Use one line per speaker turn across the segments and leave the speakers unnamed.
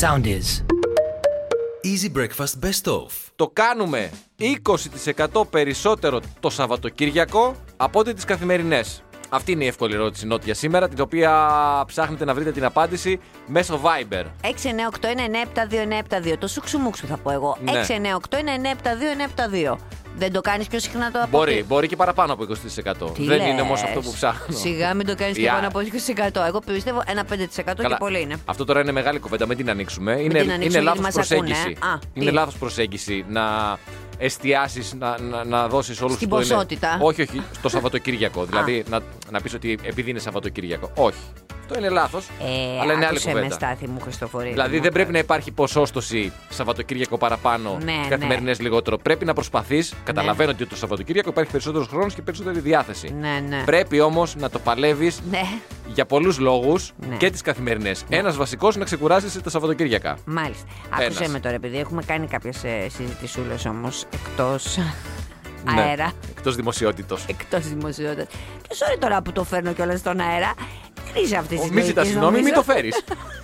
Sound is.
Easy Breakfast Best Of.
Το κάνουμε 20% περισσότερο το Σαββατοκύριακο από ό,τι τις καθημερινές. Αυτή είναι η εύκολη ερώτηση νότια σήμερα, την οποία ψάχνετε να βρείτε την απάντηση μέσω Viber.
698-197-292. Το σουξουμούξου θα πω εγώ.
Ναι.
698-197-292. Δεν το κάνεις πιο συχνά το από
Μπορεί,
εκεί?
μπορεί και παραπάνω από 20%.
Τι
Δεν
λες?
είναι όμως αυτό που ψάχνω.
Σιγά μην το κάνεις και
Yeah.
πάνω από 20%. Εγώ πιστεύω ένα 5% και
Καλά,
πολύ είναι.
Αυτό τώρα είναι μεγάλη κουβέντα, μην την ανοίξουμε. είναι
την ανοίξουμε,
είναι
γιατί
λάθος
μας ακούνε,
προσέγγιση.
ε. Α,
είναι
τι?
λάθος προσέγγιση να εστιάσεις, να, να, να δώσεις όλους
Στην ποσότητα.
Όχι, όχι, στο Σαββατοκύριακο. δηλαδή να, να πεις ότι επειδή είναι Σαββατοκύριακο. Όχι. Αυτό είναι λάθος.
Ε,
αλλά είναι άλλη
άκουσε με
κουβέντα.
στάθη μου, Χριστοφορή. λοιπόν.
Δηλαδή δεν πρέπει να υπάρχει ποσόστοση Σαββατοκύριακο παραπάνω,
Ναι, ναι.
καθημερινές λιγότερο. Πρέπει να προσπαθείς. Καταλαβαίνω ότι το Σαββατοκύριακο υπάρχει περισσότερος χρόνος και περισσότερη διάθεση.
Ναι, ναι.
Πρέπει όμως να το παλεύεις
Ναι,
για πολλούς λόγους
Ναι.
και τις καθημερινές. Ένας βασικός να ξεκουράζεσαι τα Σαββατοκύριακα.
μάλιστα.
Ένας.
Άκουσε με τώρα, επειδή έχουμε κάνει ε, κάποιε συζητησούλες όμως εκτός
Ναι.
αέρα. Ε,
Εκτός δημοσιότητος.
εκτός δημοσιότητας. Και sorry τώρα που το φέρνω κιόλας στον αέρα. Δεν είσαι αυτή τη
Μη
στιγμή.
ζητάς συγγνώμη, μην το φέρει.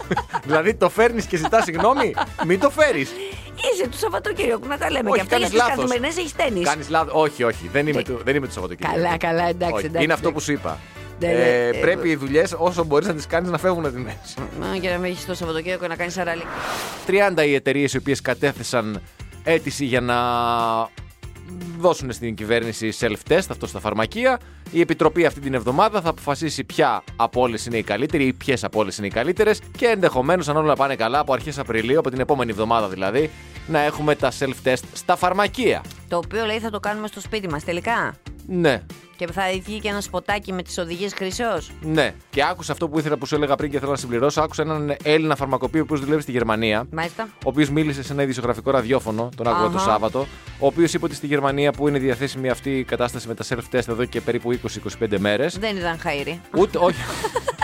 δηλαδή το φέρνεις και ζητάς συγγνώμη, μην το φέρεις.
Είσαι του Σαββατοκύριακου να τα λέμε.
Όχι,
Ε, και αυτά
κάνεις
γιατί
λάθος.
καθημερινές έχεις τέννη.
Κάνεις λάθος. Όχι, όχι, δεν είμαι, του, δεν είμαι του Σαββατοκύριακου.
Ναι. Καλά, καλά, εντάξει,
Όχι,
εντάξει.
Είναι αυτό που σου είπα.
Ναι,
Ε,
ναι, ε,
πρέπει οι δουλειές όσο μπορείς να τις κάνεις να φεύγουν από τη μέση.
Μα, Για να μην έχεις το Σαββατοκύριακο να κάνεις αραλίκ.
30 οι εταιρείες οι οποίες κατέθεσαν αίτηση για να δώσουν στην κυβέρνηση self-test, αυτό στα φαρμακεία. Η Επιτροπή αυτή την εβδομάδα θα αποφασίσει ποια από όλες είναι οι καλύτερη ή ποιες από όλες είναι οι καλύτερες και ενδεχομένως, αν όλα πάνε καλά, από αρχές Απριλίου, από την επόμενη εβδομάδα δηλαδή, να έχουμε τα self-test στα φαρμακεία.
Το οποίο λέει θα το κάνουμε στο σπίτι μας τελικά.
Ναι,
Και θα βγει και ένα σποτάκι με τις οδηγίες χρυσός.
ναι. Και άκουσα αυτό που ήθελα που σου έλεγα πριν και θέλω να συμπληρώσω. Άκουσα έναν Έλληνα φαρμακοποιό που δουλεύει στη Γερμανία.
Μάλιστα.
ο οποίος μίλησε σε ένα ειδησιογραφικό ραδιόφωνο, τον άκουγα το
Αχα.
Σάββατο, ο οποίος είπε ότι στη Γερμανία που είναι διαθέσιμη αυτή η κατάσταση με τα self-test εδώ και περίπου 20-25 μέρες,
Δεν ήταν χαίρι.
ούτε. όχι.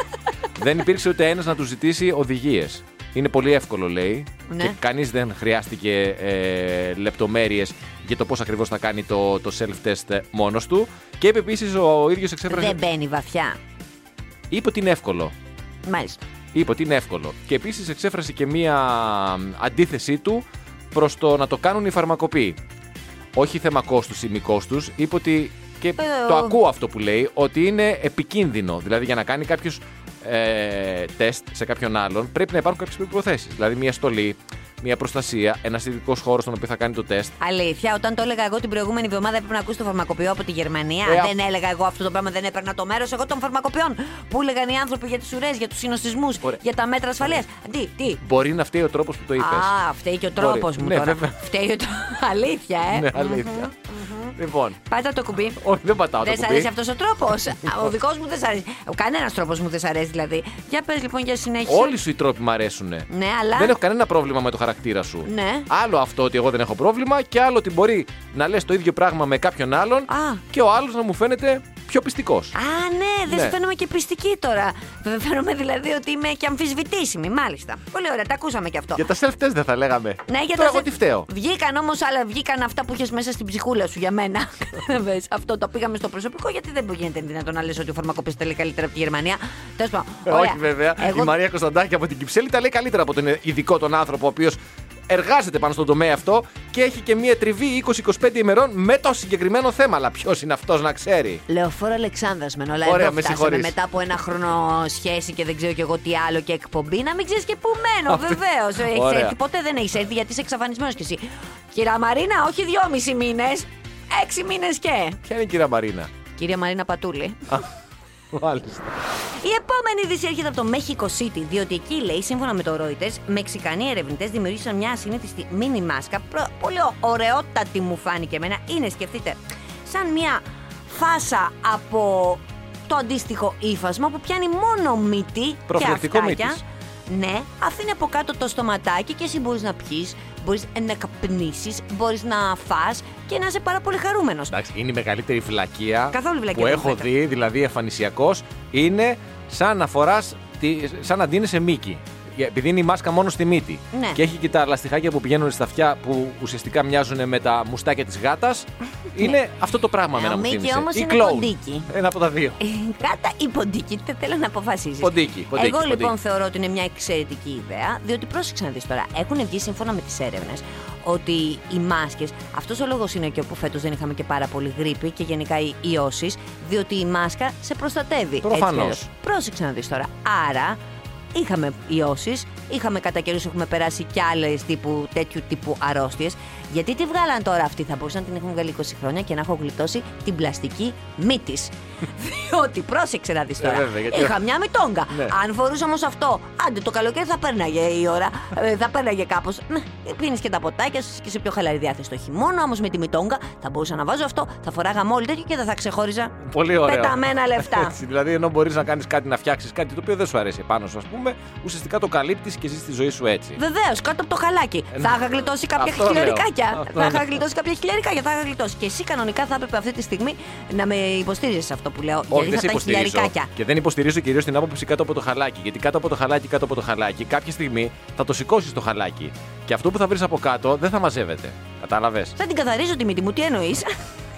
δεν υπήρξε ούτε ένας να τους ζητήσει οδηγίες. Είναι πολύ εύκολο, λέει.
Ναι.
Και κανείς δεν χρειάστηκε ε, λεπτομέρειες για το πώς ακριβώς θα κάνει το, το self-test μόνος του. Και είπε επίσης ο ίδιος εξέφρασε.
Δεν μπαίνει βαθιά.
Είπε ότι είναι εύκολο.
Μάλιστα.
Είπε ότι είναι εύκολο. Και επίσης εξέφρασε και μία αντίθεσή του προς το να το κάνουν οι φαρμακοποιοί. Όχι θέμα κόστους ή μη κόστους. Είπε ότι. και
Ε,
το
ο-
ακούω αυτό που λέει, ότι είναι επικίνδυνο. Δηλαδή για να κάνει κάποιος ε, τεστ σε κάποιον άλλον πρέπει να υπάρχουν κάποιες προποθέσει. Δηλαδή μία στολή, μία προστασία, ένας ειδικός χώρος στον οποίο θα κάνει το τεστ.
Αλήθεια, όταν το έλεγα εγώ την προηγούμενη εβδομάδα έπρεπε να ακούσει το φαρμακοποιό από τη Γερμανία.
Ε, α-
δεν έλεγα εγώ αυτό το πράγμα, δεν έπαιρνα το μέρος εγώ των φαρμακοποιών. Που έλεγαν οι άνθρωποι για τις ουρές, για τους συνοστισμούς,
Ωραία.
για τα μέτρα ασφαλείας. Τι, τι.
Μπορεί να φταίει ο τρόπος που το είπες.
Α, φταίει και ο
Μπορεί.
τρόπο μου
Ναι,
τώρα.
βέβαια.
Φταίει ο τρόπο. Αλήθεια, ε.
Ναι, αλήθεια. Λοιπόν,
Πάτα το κουμπί.
όχι, δεν πατάω το
Δεν σ'
κουμπί.
αρέσει αυτός ο τρόπος. ο δικός μου δεν σ' αρέσει. Κανένας τρόπος μου δεν σ' αρέσει δηλαδή. Για πες λοιπόν για συνέχιση.
Όλοι σου οι τρόποι μ' αρέσουν.
Ναι, αλλά.
Δεν έχω κανένα πρόβλημα με το χαρακτήρα σου.
Ναι.
Άλλο αυτό ότι εγώ δεν έχω πρόβλημα και άλλο ότι μπορεί να λες το ίδιο πράγμα με κάποιον άλλον
Α.
και ο άλλος να μου φαίνεται πιο πιστικός.
Α, ναι, δεν
Ναι.
σου φαίνομαι και πιστική τώρα. Φε- Φαίνομαι δηλαδή ότι είμαι και αμφισβητήσιμη, μάλιστα. Πολύ ωραία, τα ακούσαμε και αυτό.
Για τα self-test δεν θα λέγαμε.
Ναι,
Τώρα
για τα
εγώ
σε-
τι φταίω.
Βγήκαν όμως, αλλά βγήκαν αυτά που είχες μέσα στην ψυχούλα σου για μένα. Κατάλαβες. Αυτό το πήγαμε στο προσωπικό, γιατί δεν γίνεται δυνατόν να λες ότι ο φαρμακοποιό τα λέει καλύτερα από τη Γερμανία. Τέλος πάντων.
Ε,
ωραία.
Όχι βέβαια.
Εγώ
Η Μαρία Κωνσταντάκη από την Κυψέλη τα λέει καλύτερα από τον ειδικό τον άνθρωπο ο οποίος εργάζεται πάνω στον τομέα αυτό και έχει και μία τριβή 20-25 ημερών με το συγκεκριμένο θέμα. Αλλά ποιος είναι αυτός να ξέρει.
Λεωφόρο Αλεξάνδρας με όλα
Ωραία,
εδώ
με
φτάσαμε
συγχωρείς.
μετά από ένα χρόνο σχέση και δεν ξέρω κι εγώ τι άλλο και εκπομπή. Να μην ξέρεις και πού μένω, βεβαίω.
Ωραία.
έρθει, ποτέ δεν έχεις έρθει γιατί είσαι εξαφανισμένος κι εσύ. Κυρία Μαρίνα, όχι δυόμισι μήνες. Έξι μήνες και.
Ποια είναι η κυρία Μαρίνα.
Κυρία Μαρίνα Πατούλη.
Μάλιστα.
Η επόμενη είδηση έρχεται από το Mexico City, διότι εκεί λέει, σύμφωνα με το Reuters, Μεξικανοί ερευνητές δημιουργήσαν μια ασυνήθιστη μίνι μάσκα. Προ- πολύ ω- ωραιότατη μου φάνηκε εμένα. Είναι, σκεφτείτε, σαν μια φάσα από το αντίστοιχο ύφασμα που πιάνει μόνο μύτη
Προφυλακτικό
και αυτάκια.
μύτης.
Ναι, αφήνει από κάτω το στοματάκι και εσύ μπορείς να πιεις, μπορείς να καπνίσεις, μπορείς να φας και να είσαι πάρα πολύ χαρούμενος.
Εντάξει, είναι η μεγαλύτερη φυλακία
Καθόλου βλακία
που
δεν
έχω
φαίνεται.
δει, δηλαδή εμφανισιακός, είναι σαν να φοράς τη- σαν να ντύνεσαι μίκι. επειδή είναι η μάσκα μόνο στη μύτη
Ναι.
και έχει και τα λαστιχάκια που πηγαίνουν στα αυτιά που ουσιαστικά μοιάζουν με τα μουστάκια της γάτας, είναι αυτό το πράγμα
Ε,
με
ο
να μου
Μίκη
θύμισε.
όμως
Ή
είναι
κλόουν.
ποντίκι.
Ένα από τα δύο.
Κάτα Ε, ή ποντίκι, τε- θέλω να αποφασίσει.
Ποντίκι, ποντίκι,
Εγώ
ποντίκι.
λοιπόν θεωρώ ότι είναι μια εξαιρετική ιδέα, διότι πρόσεξε να δεις τώρα. Έχουν βγει σύμφωνα με τις έρευνες ότι οι μάσκες, αυτός ο λόγος είναι και που φέτος δεν είχαμε και πάρα πολύ γρήπη και γενικά οι ιώσεις, διότι η μάσκα σε προστατεύει. έτσι κι
Προφανώς.
αλλιώς. Πρόσεξε να δεις τώρα. Άρα είχαμε ιώσεις, είχαμε κατά καιρούς έχουμε περάσει κι άλλες τύπου, τέτοιου τύπου αρρώστιες. Γιατί τη βγάλαν τώρα αυτή, θα μπορούσαν να την έχουν βγάλει 20 χρόνια και να έχω γλιτώσει την πλαστική μύτη. Διότι πρόσεξε να δεις τώρα.
Ε, βέβαια, γιατί-
Είχα μια μητόγκα.
Ναι.
Αν φορούσα όμως αυτό, άντε το καλοκαίρι θα πέρναγε η ώρα. ε, θα πέρναγε κάπως. Πίνεις και τα ποτάκια σου και σε πιο χαλαρή διάθεση το χειμώνα. Όμως με τη μητόγκα θα μπορούσα να βάζω αυτό, θα φοράγα μόλι τέτοιο και δεν θα ξεχώριζα.
Πολύ ωραία.
Πεταμένα λεφτά.
Έτσι, δηλαδή, ενώ μπορείς να κάνεις κάτι, να φτιάξεις κάτι το οποίο δεν σου αρέσει επάνω σου, ας πούμε, ουσιαστικά το καλύπτεις και ζεις τη ζωή σου έτσι.
Βεβαίως, κάτω από το χαλάκι. θα είχα γλιτώσει κάποια
Ε, Αυτό λέω.
χιλιαρικάκια.
Αυτό
Θα είχα
λέω.
γλιτώσει κάποια χιλιαρικάκια. Θα είχα γλιτώσει. Και εσύ κανονικά θα έπρεπε αυτή τη στιγμή να με υποστήριζες αυτό που λέω.
Όχι, δεν
γιατί
σε
θα ήταν
υποστηρίζω.
χιλιαρικάκια.
Και δεν υποστηρίζω κυρίως την άποψη κάτω από το χαλάκι. Γιατί κάτω από το χαλάκι, κάτω από το χαλάκι, κάποια στιγμή θα το σηκώσεις το χαλάκι. Και αυτό που θα βρεις από κάτω δεν θα μαζεύεται. Κατάλαβες.
Θα την καθαρίζω τη μύτη μου, τι εννοείς.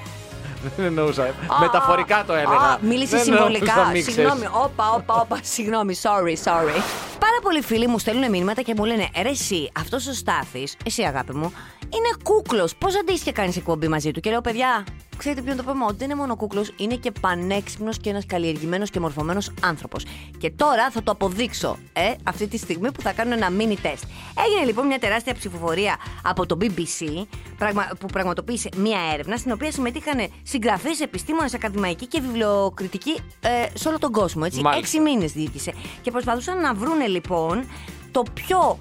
δεν εννοούσα. Μεταφορικά το έλεγα.
Α, Μίλησες
Δεν εννοούσα
συμβολικά.
μίξες.
Συγγνώμη, όπα, όπα, όπα. Συγγνώμη, sorry, sorry. Πάρα πολλοί φίλοι μου στέλνουν μηνύματα και μου λένε Ρε, εσύ, αυτός ο Στάθης, εσύ αγάπη μου, είναι κούκλος. Πώς αντίστοιχα κάνεις εκπομπή μαζί του. Και λέω, παιδιά, ξέρετε ποιον το πούμε, ότι δεν είναι μόνο κούκλο, είναι και πανέξυπνος και ένας καλλιεργημένος και μορφωμένος άνθρωπος. Και τώρα θα το αποδείξω, ε, αυτή τη στιγμή που θα κάνω ένα mini test. Έγινε λοιπόν μια τεράστια ψηφοφορία από το BBC πραγμα- που πραγματοποίησε μια έρευνα στην οποία συμμετείχαν συγγραφείς, επιστήμονες, ακαδημαϊκοί και βιβλιοκριτικοί ε, σε όλο τον κόσμο. Έτσι.
Μάλιστα.
Έξι μήνες διοίκησε. Και προσπαθούσαν να βρούνε λοιπόν το πιο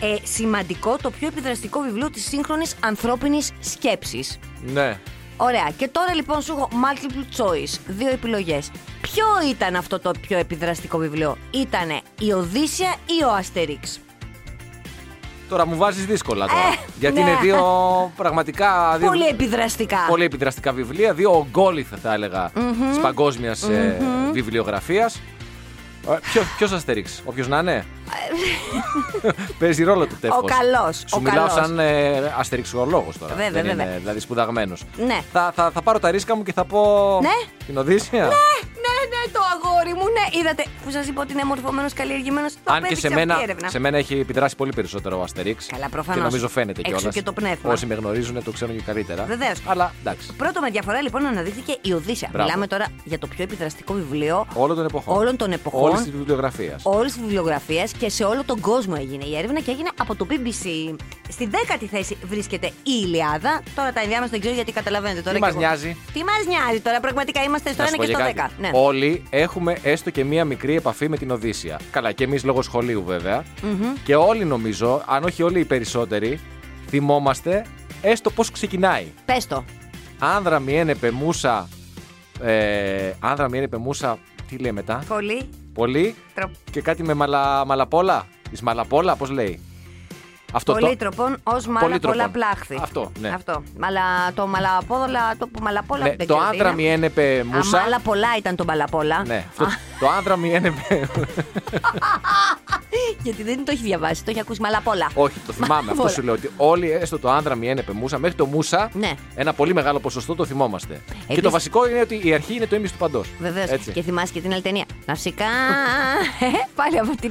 ε, σημαντικό, το πιο επιδραστικό βιβλίο της σύγχρονης ανθρώπινης σκέψης.
Ναι.
Ωραία. Και τώρα λοιπόν σου έχω multiple choice. Δύο επιλογές. Ποιο ήταν αυτό το πιο επιδραστικό βιβλίο, Ήτανε η Οδύσσια ή ο Αστερίξ.
Τώρα μου βάζεις δύσκολα τώρα.
Ε,
γιατί
ναι.
είναι δύο πραγματικά. Δύο...
Πολύ επιδραστικά.
πολύ επιδραστικά βιβλία, δύο ογκόλυθα θα έλεγα ε, της παγκόσμιας βιβλιογραφίας. Ε, Ποιος Αστερίξ, όποιος να είναι. Παίζει ρόλο το τέφος.
Ε, Ο καλός,
Σου
ο
μιλάω
καλός.
σαν ε, αστεριξιολόγος τώρα.
Βέβαια,
Δεν
βέβαια.
Είναι, δηλαδή σπουδαγμένος.
Ναι.
Θα, θα, θα πάρω τα ρίσκα μου και θα πω.
Ναι.
Την Οδύσσια.
Ναι, ναι, το αγόρι μου, ναι. Είδατε που σας είπα ότι είναι μορφωμένος, καλλιεργημένος. Το
Αν και σε
απέδειξε
μένα,
αυτή η έρευνα.
σε μένα έχει επιδράσει πολύ περισσότερο ο Αστερίξ.
Καλά, προφανώς.
Και νομίζω φαίνεται
Έξω
κιόλας.
και το πνεύμα.
Όσοι με γνωρίζουν το ξέρουν και καλύτερα.
Βεβαίως.
Αλλά εντάξει.
Πρώτο με διαφορά λοιπόν αναδείχθηκε η Οδύσσια.
Μπράβο.
Μιλάμε τώρα για το πιο επιδραστικό βιβλίο
Όλων των εποχών.
Όλων των εποχών.
Όλης της βιβλιογραφίας.
όλης της βιβλιογραφίας και σε όλο τον κόσμο έγινε η έρευνα και έγινε από το BBC. Στη δέκατη θέση βρίσκεται η Ιλιάδα. Τώρα τα ενδιάμεσα δεν ξέρω γιατί καταλαβαίνετε τώρα.
Τι
κι
μας
εγώ.
νοιάζει?
Τι μας νοιάζει τώρα, πραγματικά είμαστε στο
Να
1
σου
και
πω
στο
και
10.
κάτι.
Ναι.
Όλοι έχουμε έστω και μία μικρή επαφή με την Οδύσσια. Καλά, και εμείς λόγω σχολείου βέβαια. Και όλοι νομίζω, αν όχι όλοι οι περισσότεροι, θυμόμαστε έστω πώς ξεκινάει.
Πες το.
Άνδρα μιένε πεμούσα. Ε, άνδρα μιένε πεμούσα. Τι λέει μετά.
Πολύ.
Πολύ.
Τρο...
Και κάτι με μαλα, μαλαπόλα. Τη μαλαπόλα, πώς λέει. Αυτό το-
Πολύτροπον ως μάλα
Πολύτροπον.
πολλά πλάχθη.
Αυτό, ναι.
Αυτό. Μαλα, το μαλαπόδολα, το που μαλαπόλα.
Ναι,
δεν
το
ξέρω τι
άνδρα
είναι.
μιένε πεμούσα.
Α, μάλα πολλά ήταν το μαλαπόλα.
Ναι, αυτό, το άνδρα μιένε πε-
Γιατί δεν το έχει διαβάσει, το έχει ακούσει μαλαπόλα.
Όχι, το θυμάμαι. αυτό
Μαλαπόλα.
σου λέω ότι όλοι, έστω το άνδρα μιένε πεμούσα, μέχρι το μουσα,
Ναι.
ένα πολύ μεγάλο ποσοστό το θυμόμαστε. Και το
Επίσης-
βασικό είναι ότι η αρχή είναι το ίμιση του παντός.
Βεβαίως. Και θυμάσαι και την άλλη ταινία. Ναυσικά. Ε, Πάλι από την.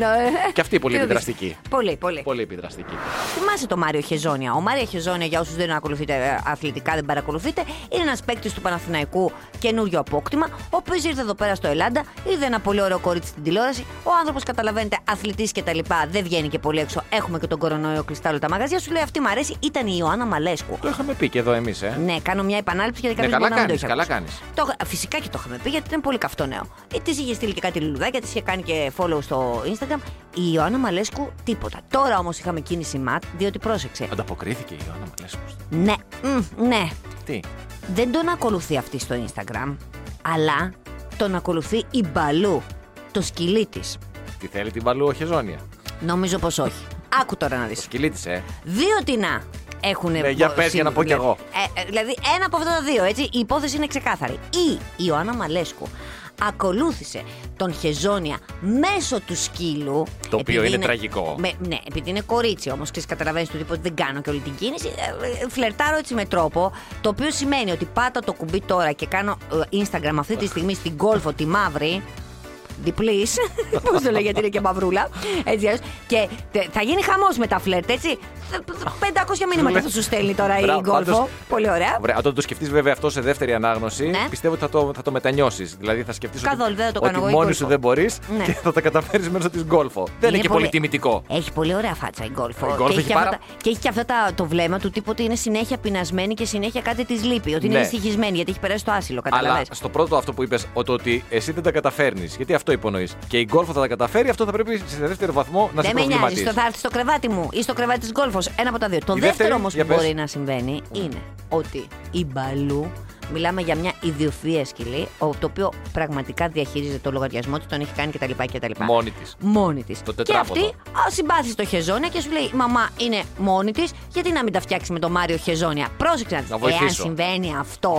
Και αυτή πολύ
Την
επιδραστική.
Οδύσσια. Πολύ, πολύ.
Πολύ επιδραστική.
Θυμάσαι το Μάριο Χεζόνια. Ο Μάριο Χεζόνια, για όσους δεν ακολουθείτε ε, αθλητικά, δεν παρακολουθείτε, είναι ένας παίκτης του Παναθηναϊκού καινούριο απόκτημα, ο οποίος ήρθε εδώ πέρα στο Ελλάδα, είδε ένα πολύ ωραίο κορίτσι στην τηλεόραση. Ο άνθρωπος, καταλαβαίνετε, αθλητής και τα λοιπά, δεν βγαίνει και πολύ έξω. Έχουμε και τον κορονοϊό κρυστάλλο τα μαγαζιά. Σου λέει αυτή μου αρέσει, ήταν η Ιωάννα Μαλέσκου.
Το είχαμε πει και εδώ εμείς, ε.
Ναι, κάνω μια επανάληψη γιατί
Ναι,
κάποιος
καλά
μπορεί να μην το
κάνεις.
έχει
Καλά
ακούσει.
κάνεις.
Το, είχα- φυσικά και το είχαμε πει γιατί ήταν πολύ καυτό νέο. Ε, της είχε στείλει και κάτι λουλουδάκια, της είχε κάνει και follow στο Instagram. Η Ιωάννα Μαλέσκου τίποτα. Τώρα όμως είχαμε κίνηση ματ, διότι πρόσεξε.
Ανταποκρίθηκε η Ιωάννα Μαλέσκου.
Ναι, μ, ναι,
Τι.
δεν τον ακολουθεί αυτή στο Instagram, αλλά τον ακολουθεί η Μπαλού, το σκυλί της.
Τι θέλει την παλού, όχι ζώνια.
Νομίζω πως όχι. Άκου τώρα να δεις.
Σκυλή της, ε.
Δύο τεινά έχουν.
Ναι, για
μπο-
πες για να πω κι εγώ.
Ε, ε, δηλαδή, ένα από αυτά τα δύο, έτσι. Η υπόθεση είναι ξεκάθαρη. Ή η Ιωάννα Μαλέσκου ακολούθησε τον Χεζόνια μέσω του σκύλου.
Το οποίο
επειδή
είναι τραγικό.
με- ναι, επειδή είναι κορίτσι όμως, ξέρεις, καταλαβαίνεις του τύπου ότι δεν κάνω και όλη την κίνηση. ε, ε, Φλερτάρω έτσι με τρόπο, το οποίο σημαίνει ότι πάτα το κουμπί τώρα και κάνω ε, Instagram αυτή τη στιγμή στην κόλφο τη μαύρη. Διπλή. Πώς το λέει, γιατί είναι και μαυρούλα. Έτσι, αλλιώς. και τε- θα γίνει χαμός με τα φλερτ, έτσι. Θε- θε- 500 μηνύματα θα σου στέλνει τώρα η
Μπράβο,
γκολφο.
πάντως-
Πολύ ωραία.
Ωραία, όταν το σκεφτείς βέβαια αυτό σε δεύτερη ανάγνωση,
Ε. Ναι.
πιστεύω ότι θα το, θα το μετανιώσεις. Δηλαδή θα σκεφτείς
Καθόλου, δεν θα το
ότι
κάνω εγώ, η
μόνη
γκολφο.
σου δεν μπορείς
Ναι. Ε,
και θα τα καταφέρεις μέσω της γκολφο. Δεν είναι και πολύ τιμητικό.
Έχει πολύ ωραία φάτσα η γκολφο.
Η γκολφο
και,
έχει
και αυτά
πάρα-
τα- και έχει και αυτό τα- το βλέμμα του τύπου ότι είναι συνέχεια πεινασμένη και συνέχεια κάτι της λείπει. Ότι είναι
Ναι.
δυστυχισμένη γιατί έχει περάσει το άσυλο,
Αλλά
καταλαβαίνεις.
στο πρώτο αυτό που είπες, ότι εσύ δεν τα καταφέρνεις. Γιατί αυτό υπονοείς. Και η γκολφο θα τα καταφέρει, αυτό θα πρέπει σε δεύτερο βαθμό να σε
Δεν με νοιάζει,
προβληματίσει.
στο, θα έρθει στο κρεβάτι μου ή στο κρεβάτι της γκολφο. Ένα από τα δύο. Το
Η
δεύτερο
δεύτερη,
όμω που
για πες. Mm.
μπορεί να συμβαίνει είναι ότι η μπαλού. Μιλάμε για μια ιδιοφυα σκυλή, ο- το οποίο πραγματικά διαχειρίζεται το λογαριασμό της, τον έχει κάνει κτλ. κτλ.
Μόνη της.
Μόνη της.
Το
και
τετράποδο.
αυτή α, συμπάθησε το χεζόνια και σου λέει: Μαμά είναι μόνη της, γιατί να μην τα φτιάξει με το Μάριο χεζόνια. Πρόσεξε να δεις.
Να βοηθήσω.
Εάν συμβαίνει αυτό.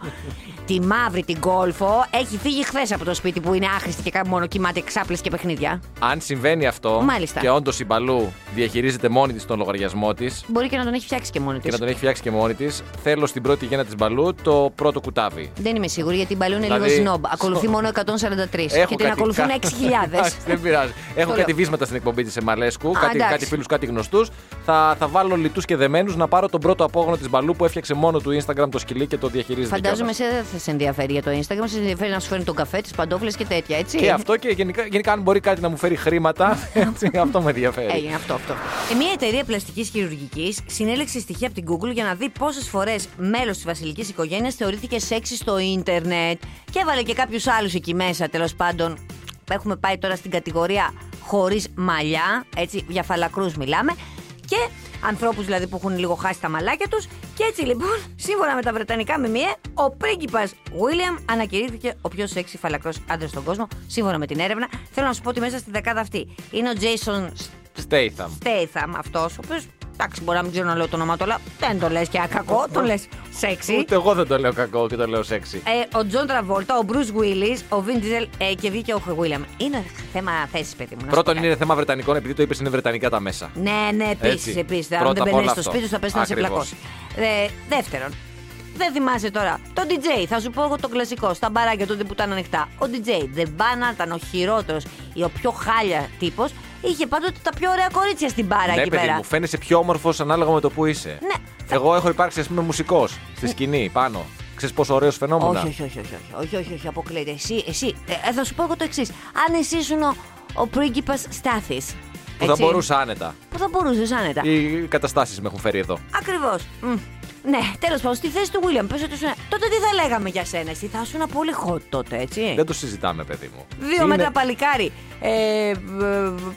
τη μαύρη την κόλφο έχει φύγει χθες από το σπίτι που είναι άχρηστη και κα- μόνο κοιμάται ξάπλε και παιχνίδια.
Αν συμβαίνει αυτό
Μάλιστα.
και όντως η Μπαλού διαχειρίζεται μόνη της τον λογαριασμό της
Μπορεί και να τον έχει φτιάξει και μόνη
και να
της.
τον έχει φτιάξει και μόνη της, θέλω στην πρώτη γέννα της Μπαλού το πρώτο κουτάβι.
Δεν είμαι σίγουρη γιατί η Μπαλού είναι
Δηλαδή,
λίγο σνόμπ. Ακολουθεί
στο-
μόνο 143 και την
κάτι-
ακολουθούν 6.000.
Εντάξει, Δεν πειράζει. Έχω
Το
κάτι
λέω.
βίσματα στην εκπομπή της Εμαλέσκου, κάτι,
εντάξει.
κάτι φίλους, κάτι γνωστούς. Θα, θα βάλω λιτούς και δεμένους να πάρω τον πρώτο απόγονο της Μπαλού που έφτιαξε μόνο του Instagram το σκυλί και το διαχειρίζεται.
Φαντάζομαι
κιόλας.
σε δεν θα σε ενδιαφέρει για το Instagram, σε ενδιαφέρει να σου φέρνει τον καφέ, τις παντόφλες και τέτοια, έτσι.
Και αυτό και γενικά, γενικά αν μπορεί κάτι να μου φέρει χρήματα, έτσι, αυτό με ενδιαφέρει.
Έγινε αυτό, αυτό. Ε, Μια εταιρεία πλαστικής χειρουργικής συνέλεξε στοιχεία από την Google για να δει πόσες φορές μέλος της βασιλικής οικογένειας θεωρήθηκε σεξι στο ίντερνετ. Και έβαλε και κάποιους άλλους εκεί μέσα, τέλος πάντων. Έχουμε πάει τώρα στην κατηγορία χωρίς μαλλιά, έτσι, για φαλακρούς μιλάμε. Και ανθρώπους δηλαδή που έχουν λίγο χάσει τα μαλάκια τους. Και έτσι λοιπόν, σύμφωνα με τα βρετανικά ΜΜΕ, ο πρίγκιπας Βίλιαμ ανακηρύχθηκε ο πιο σεξι φαλακρός άντρας στον κόσμο, σύμφωνα με την έρευνα. Θέλω να σου πω ότι μέσα στη δεκάδα αυτή είναι ο Jason
Στέιθαμ.
Στέιθαμ αυτός, ο οποίος. Εντάξει, μπορεί να μην ξέρω να λέω το όνομά του, αλλά δεν το λες και κακό, το λε σεξι.
Ούτε εγώ δεν το λέω κακό και το λέω σεξι.
Ε, ο Τζον Τραβόλτα, ο Μπρουζ Βίλι, ο Βιν Ντίζελ ε, και βγήκε ο Βίλιαμ. Είναι θέμα θέσης, παιδί μου. να σου
Πρώτον
πω
είναι θέμα Βρετανικών, επειδή το είπες είναι Βρετανικά τα μέσα.
κάτι. Ναι, ναι, επίσης.
Έτσι.
επίσης,
Πρώτα
αν δεν
απ'
περνάει
όλα
στο
αυτό.
σπίτι σου, θα πες να σε
Ακριβώς.
πλακώσει. Ε, δεύτερον, δεν θυμάσαι τώρα. Το DJ, θα σου πω εγώ το κλασικό. Στα μπαράκια τότε που ήταν ανοιχτά. Ο DJ, δεν μπάνα, ήταν ο χειρότερος ή ο πιο χάλια τύπος. Είχε πάντοτε τα πιο ωραία κορίτσια στην μπάρα
ναι,
εκεί
παιδί
πέρα.
μου, φαίνεσαι πιο όμορφος ανάλογα με το που είσαι.
Ναι.
Εγώ έχω υπάρξει, ας πούμε, μουσικός στη σκηνή πάνω. Ξέρεις πόσο ωραίος φαινόμουν.
Όχι, όχι, όχι, όχι, όχι, όχι, όχι, όχι αποκλείεται. Εσύ, εσύ, ε, ε, θα σου πω εγώ το εξής. Αν εσύ ήσουν ο, ο πρίγκιπας Στάθης.
Που θα μπορούσα άνετα.
Που θα μπορούσες άνετα.
Οι καταστάσεις με έχουν φέρει εδώ.
Ε. Ακριβώ. Ναι, τέλος πάντων, στη θέση του Βίλιαμ, πες ότι ήσουν. Τότε τι θα λέγαμε για σένα, εσύ θα ήσουν πολύ hot τότε, έτσι.
Δεν το συζητάμε, παιδί μου.
Δύο μέτρα παλικάρι. Ε,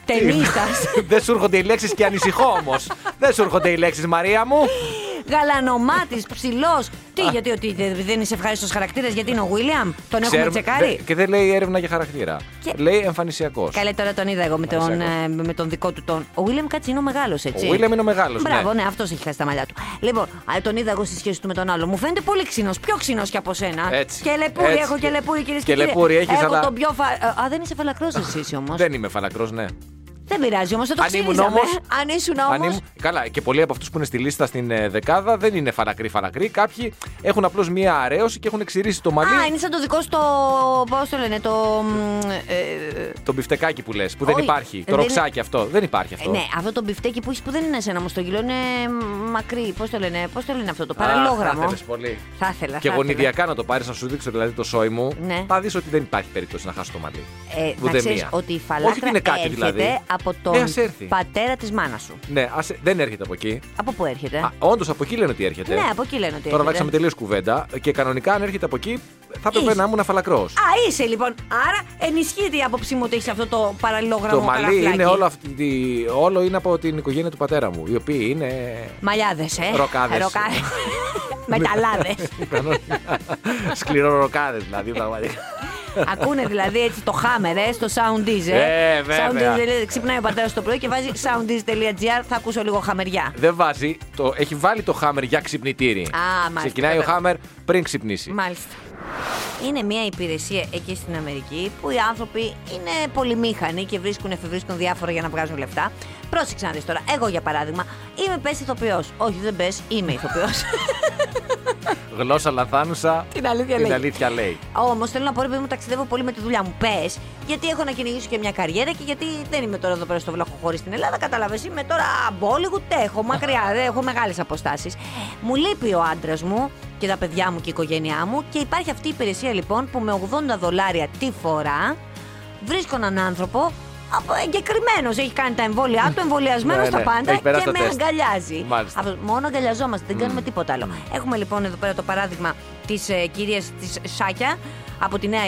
Τενίστα.
Δεν σου έρχονται οι λέξεις και ανησυχώ όμως. Δεν σου έρχονται οι λέξεις, Μαρία μου.
Γαλανομάτης, ψηλός. Τι, γιατί ότι δεν δεν είσαι ευχάριστος χαρακτήρας, γιατί είναι ο Βίλιαμ. Τον έχουμε
Ξέρουμε-
τσεκάρει.
δε- Και δεν λέει έρευνα για χαρακτήρα.
Και-
Λέει εμφανισιακός.
Καλέ, τώρα τον είδα εγώ με τον,
Μάλιστα,
ε, με τον δικό του τον. Ο Βίλιαμ Κάτσε είναι ο μεγάλος, έτσι.
Ο Βίλιαμ είναι ο μεγάλος, ναι.
Μπράβο, ναι, αυτός έχει χάσει τα μαλλιά του. Λοιπόν, α, τον είδα εγώ στη σχέση του με τον άλλο. Μου φαίνεται πολύ ξινός. Πιο ξινός και από σένα.
Έτσι,
Κελεπούρη,
έτσι.
έχω κελεπούρη, κυρίες και κύριοι.
Κελεπούρη έχεις,
Έχω
αλλά-
τον πιο. Φα... ε, Α, δεν είσαι φαλακρός εσύ όμως.
Δεν είμαι φαλακρός, ναι.
Δεν πειράζει όμως, θα το
Αν ήμουν
ξύλιζαμε.
όμως-
Αν ήσουν
Αν
όμως.
ήμουν- Καλά, και πολλοί από αυτούς που είναι στη λίστα στην ε, δεκάδα δεν είναι φαλακροί-φαλακροί. Κάποιοι έχουν απλώς μία αρέωση και έχουν εξηρήσει το μαλλί.
Α, είναι σαν το δικό σου το. Πώς το λένε, το. μ, ε,
Το μπιφτεκάκι που λες, που δεν
Όχι,
υπάρχει. Το
δεν-
ροξάκι αυτό. Δεν υπάρχει αυτό.
Ναι, αυτό το μπιφτέκι που έχεις που δεν είναι εσένα μου στο γυλό είναι μακρύ. Πώς το λένε, πώς το λένε αυτό, το
Αχ,
παραλόγραμμο.
θα ήθελες πολύ.
Θα ήθελα.
Και
θα ήθελα.
γονιδιακά να το πάρεις, να σου δείξω δηλαδή το σόι μου.
Ναι.
Θα δεις ότι δεν υπάρχει περίπτωση να χάσει το μαλλί.
Ε, να
Ούτε
ξέρεις
μία.
ότι η
Όχι ότι
φαλάκρα
είναι κάτι
έρχεται
δηλαδή.
από τον
Ναι, ας έρθει.
πατέρα της μάνας σου.
Ναι, ας- δεν έρχεται από εκεί.
Από πού έρχεται.
Όντως από εκεί λένε ότι έρχεται.
ναι, από εκεί λένε ότι
ε, Τώρα
έρχεται.
βάξαμε τελείως κουβέντα και κανονικά αν έρχεται από εκεί θα
Είσαι.
έπρεπε να ήμουν φαλακρό.
Α, είσαι λοιπόν. Άρα ενισχύεται η άποψή μου ότι έχεις αυτό το παραλληλόγραμμο
Το μαλλί
καραφλάκι.
είναι όλο, αυτή, τη- όλο είναι από την οικογένεια του πατέρα μου, οι οποίοι είναι.
Μαλλιάδες, ε.
Ροκάδες.
Ροκάδες. Μεταλλάδες.
Σκληροροκάδε δηλαδή, πραγματικά.
Ακούνε δηλαδή έτσι το χάμερ ε, στο soundiz.
Ε, βέβαια.
Soundiz, ξυπνάει ο πατέρας το πρωί και βάζει soundiz.gr. Θα ακούσω λίγο χαμεριά.
Δεν βάζει, το, έχει βάλει το χάμερ για ξυπνητήρι.
μάλιστα,
Ξεκινάει ο
κατάλαβα.
χάμερ πριν ξυπνήσει.
Μάλιστα. Είναι μια υπηρεσία εκεί στην Αμερική που οι άνθρωποι είναι πολυμήχανοι και βρίσκουν, εφευρίσκουν διάφορα για να βγάζουν λεφτά. Πρόσεξε να δεις τώρα. Εγώ για παράδειγμα είμαι πες ηθοποιός. Όχι δεν πες, είμαι ηθοποιός.
Γλώσσα λαθάνουσα.
Την αλήθεια
την
λέει.
αλήθεια λέει.
Όμως θέλω να πω, ρε παιδί μου, ταξιδεύω πολύ με τη δουλειά μου. Πες, γιατί έχω να κυνηγήσω και μια καριέρα και γιατί δεν είμαι τώρα εδώ πέρα στο βλάχο χωρίς την Ελλάδα. Κατάλαβες, είμαι τώρα μπόλιγου, τέχω μακριά, δεν έχω μεγάλες αποστάσεις. Μου λείπει ο άντρας μου και τα παιδιά μου και η οικογένειά μου και υπάρχει αυτή η υπηρεσία λοιπόν που με 80 δολάρια τη φορά βρίσκω έναν άνθρωπο εγκεκριμένος. Έχει κάνει τα εμβόλια του, εμβολιασμένος
Ναι,
τα
ναι.
πάντα
Έχει περάσει
και
το
με
τεστ.
αγκαλιάζει.
Μάλιστα.
Αυτό- Μόνο αγκαλιαζόμαστε, δεν κάνουμε τίποτα άλλο. Έχουμε λοιπόν εδώ πέρα το παράδειγμα της ε, κυρίας της Σάκια από τη Νέα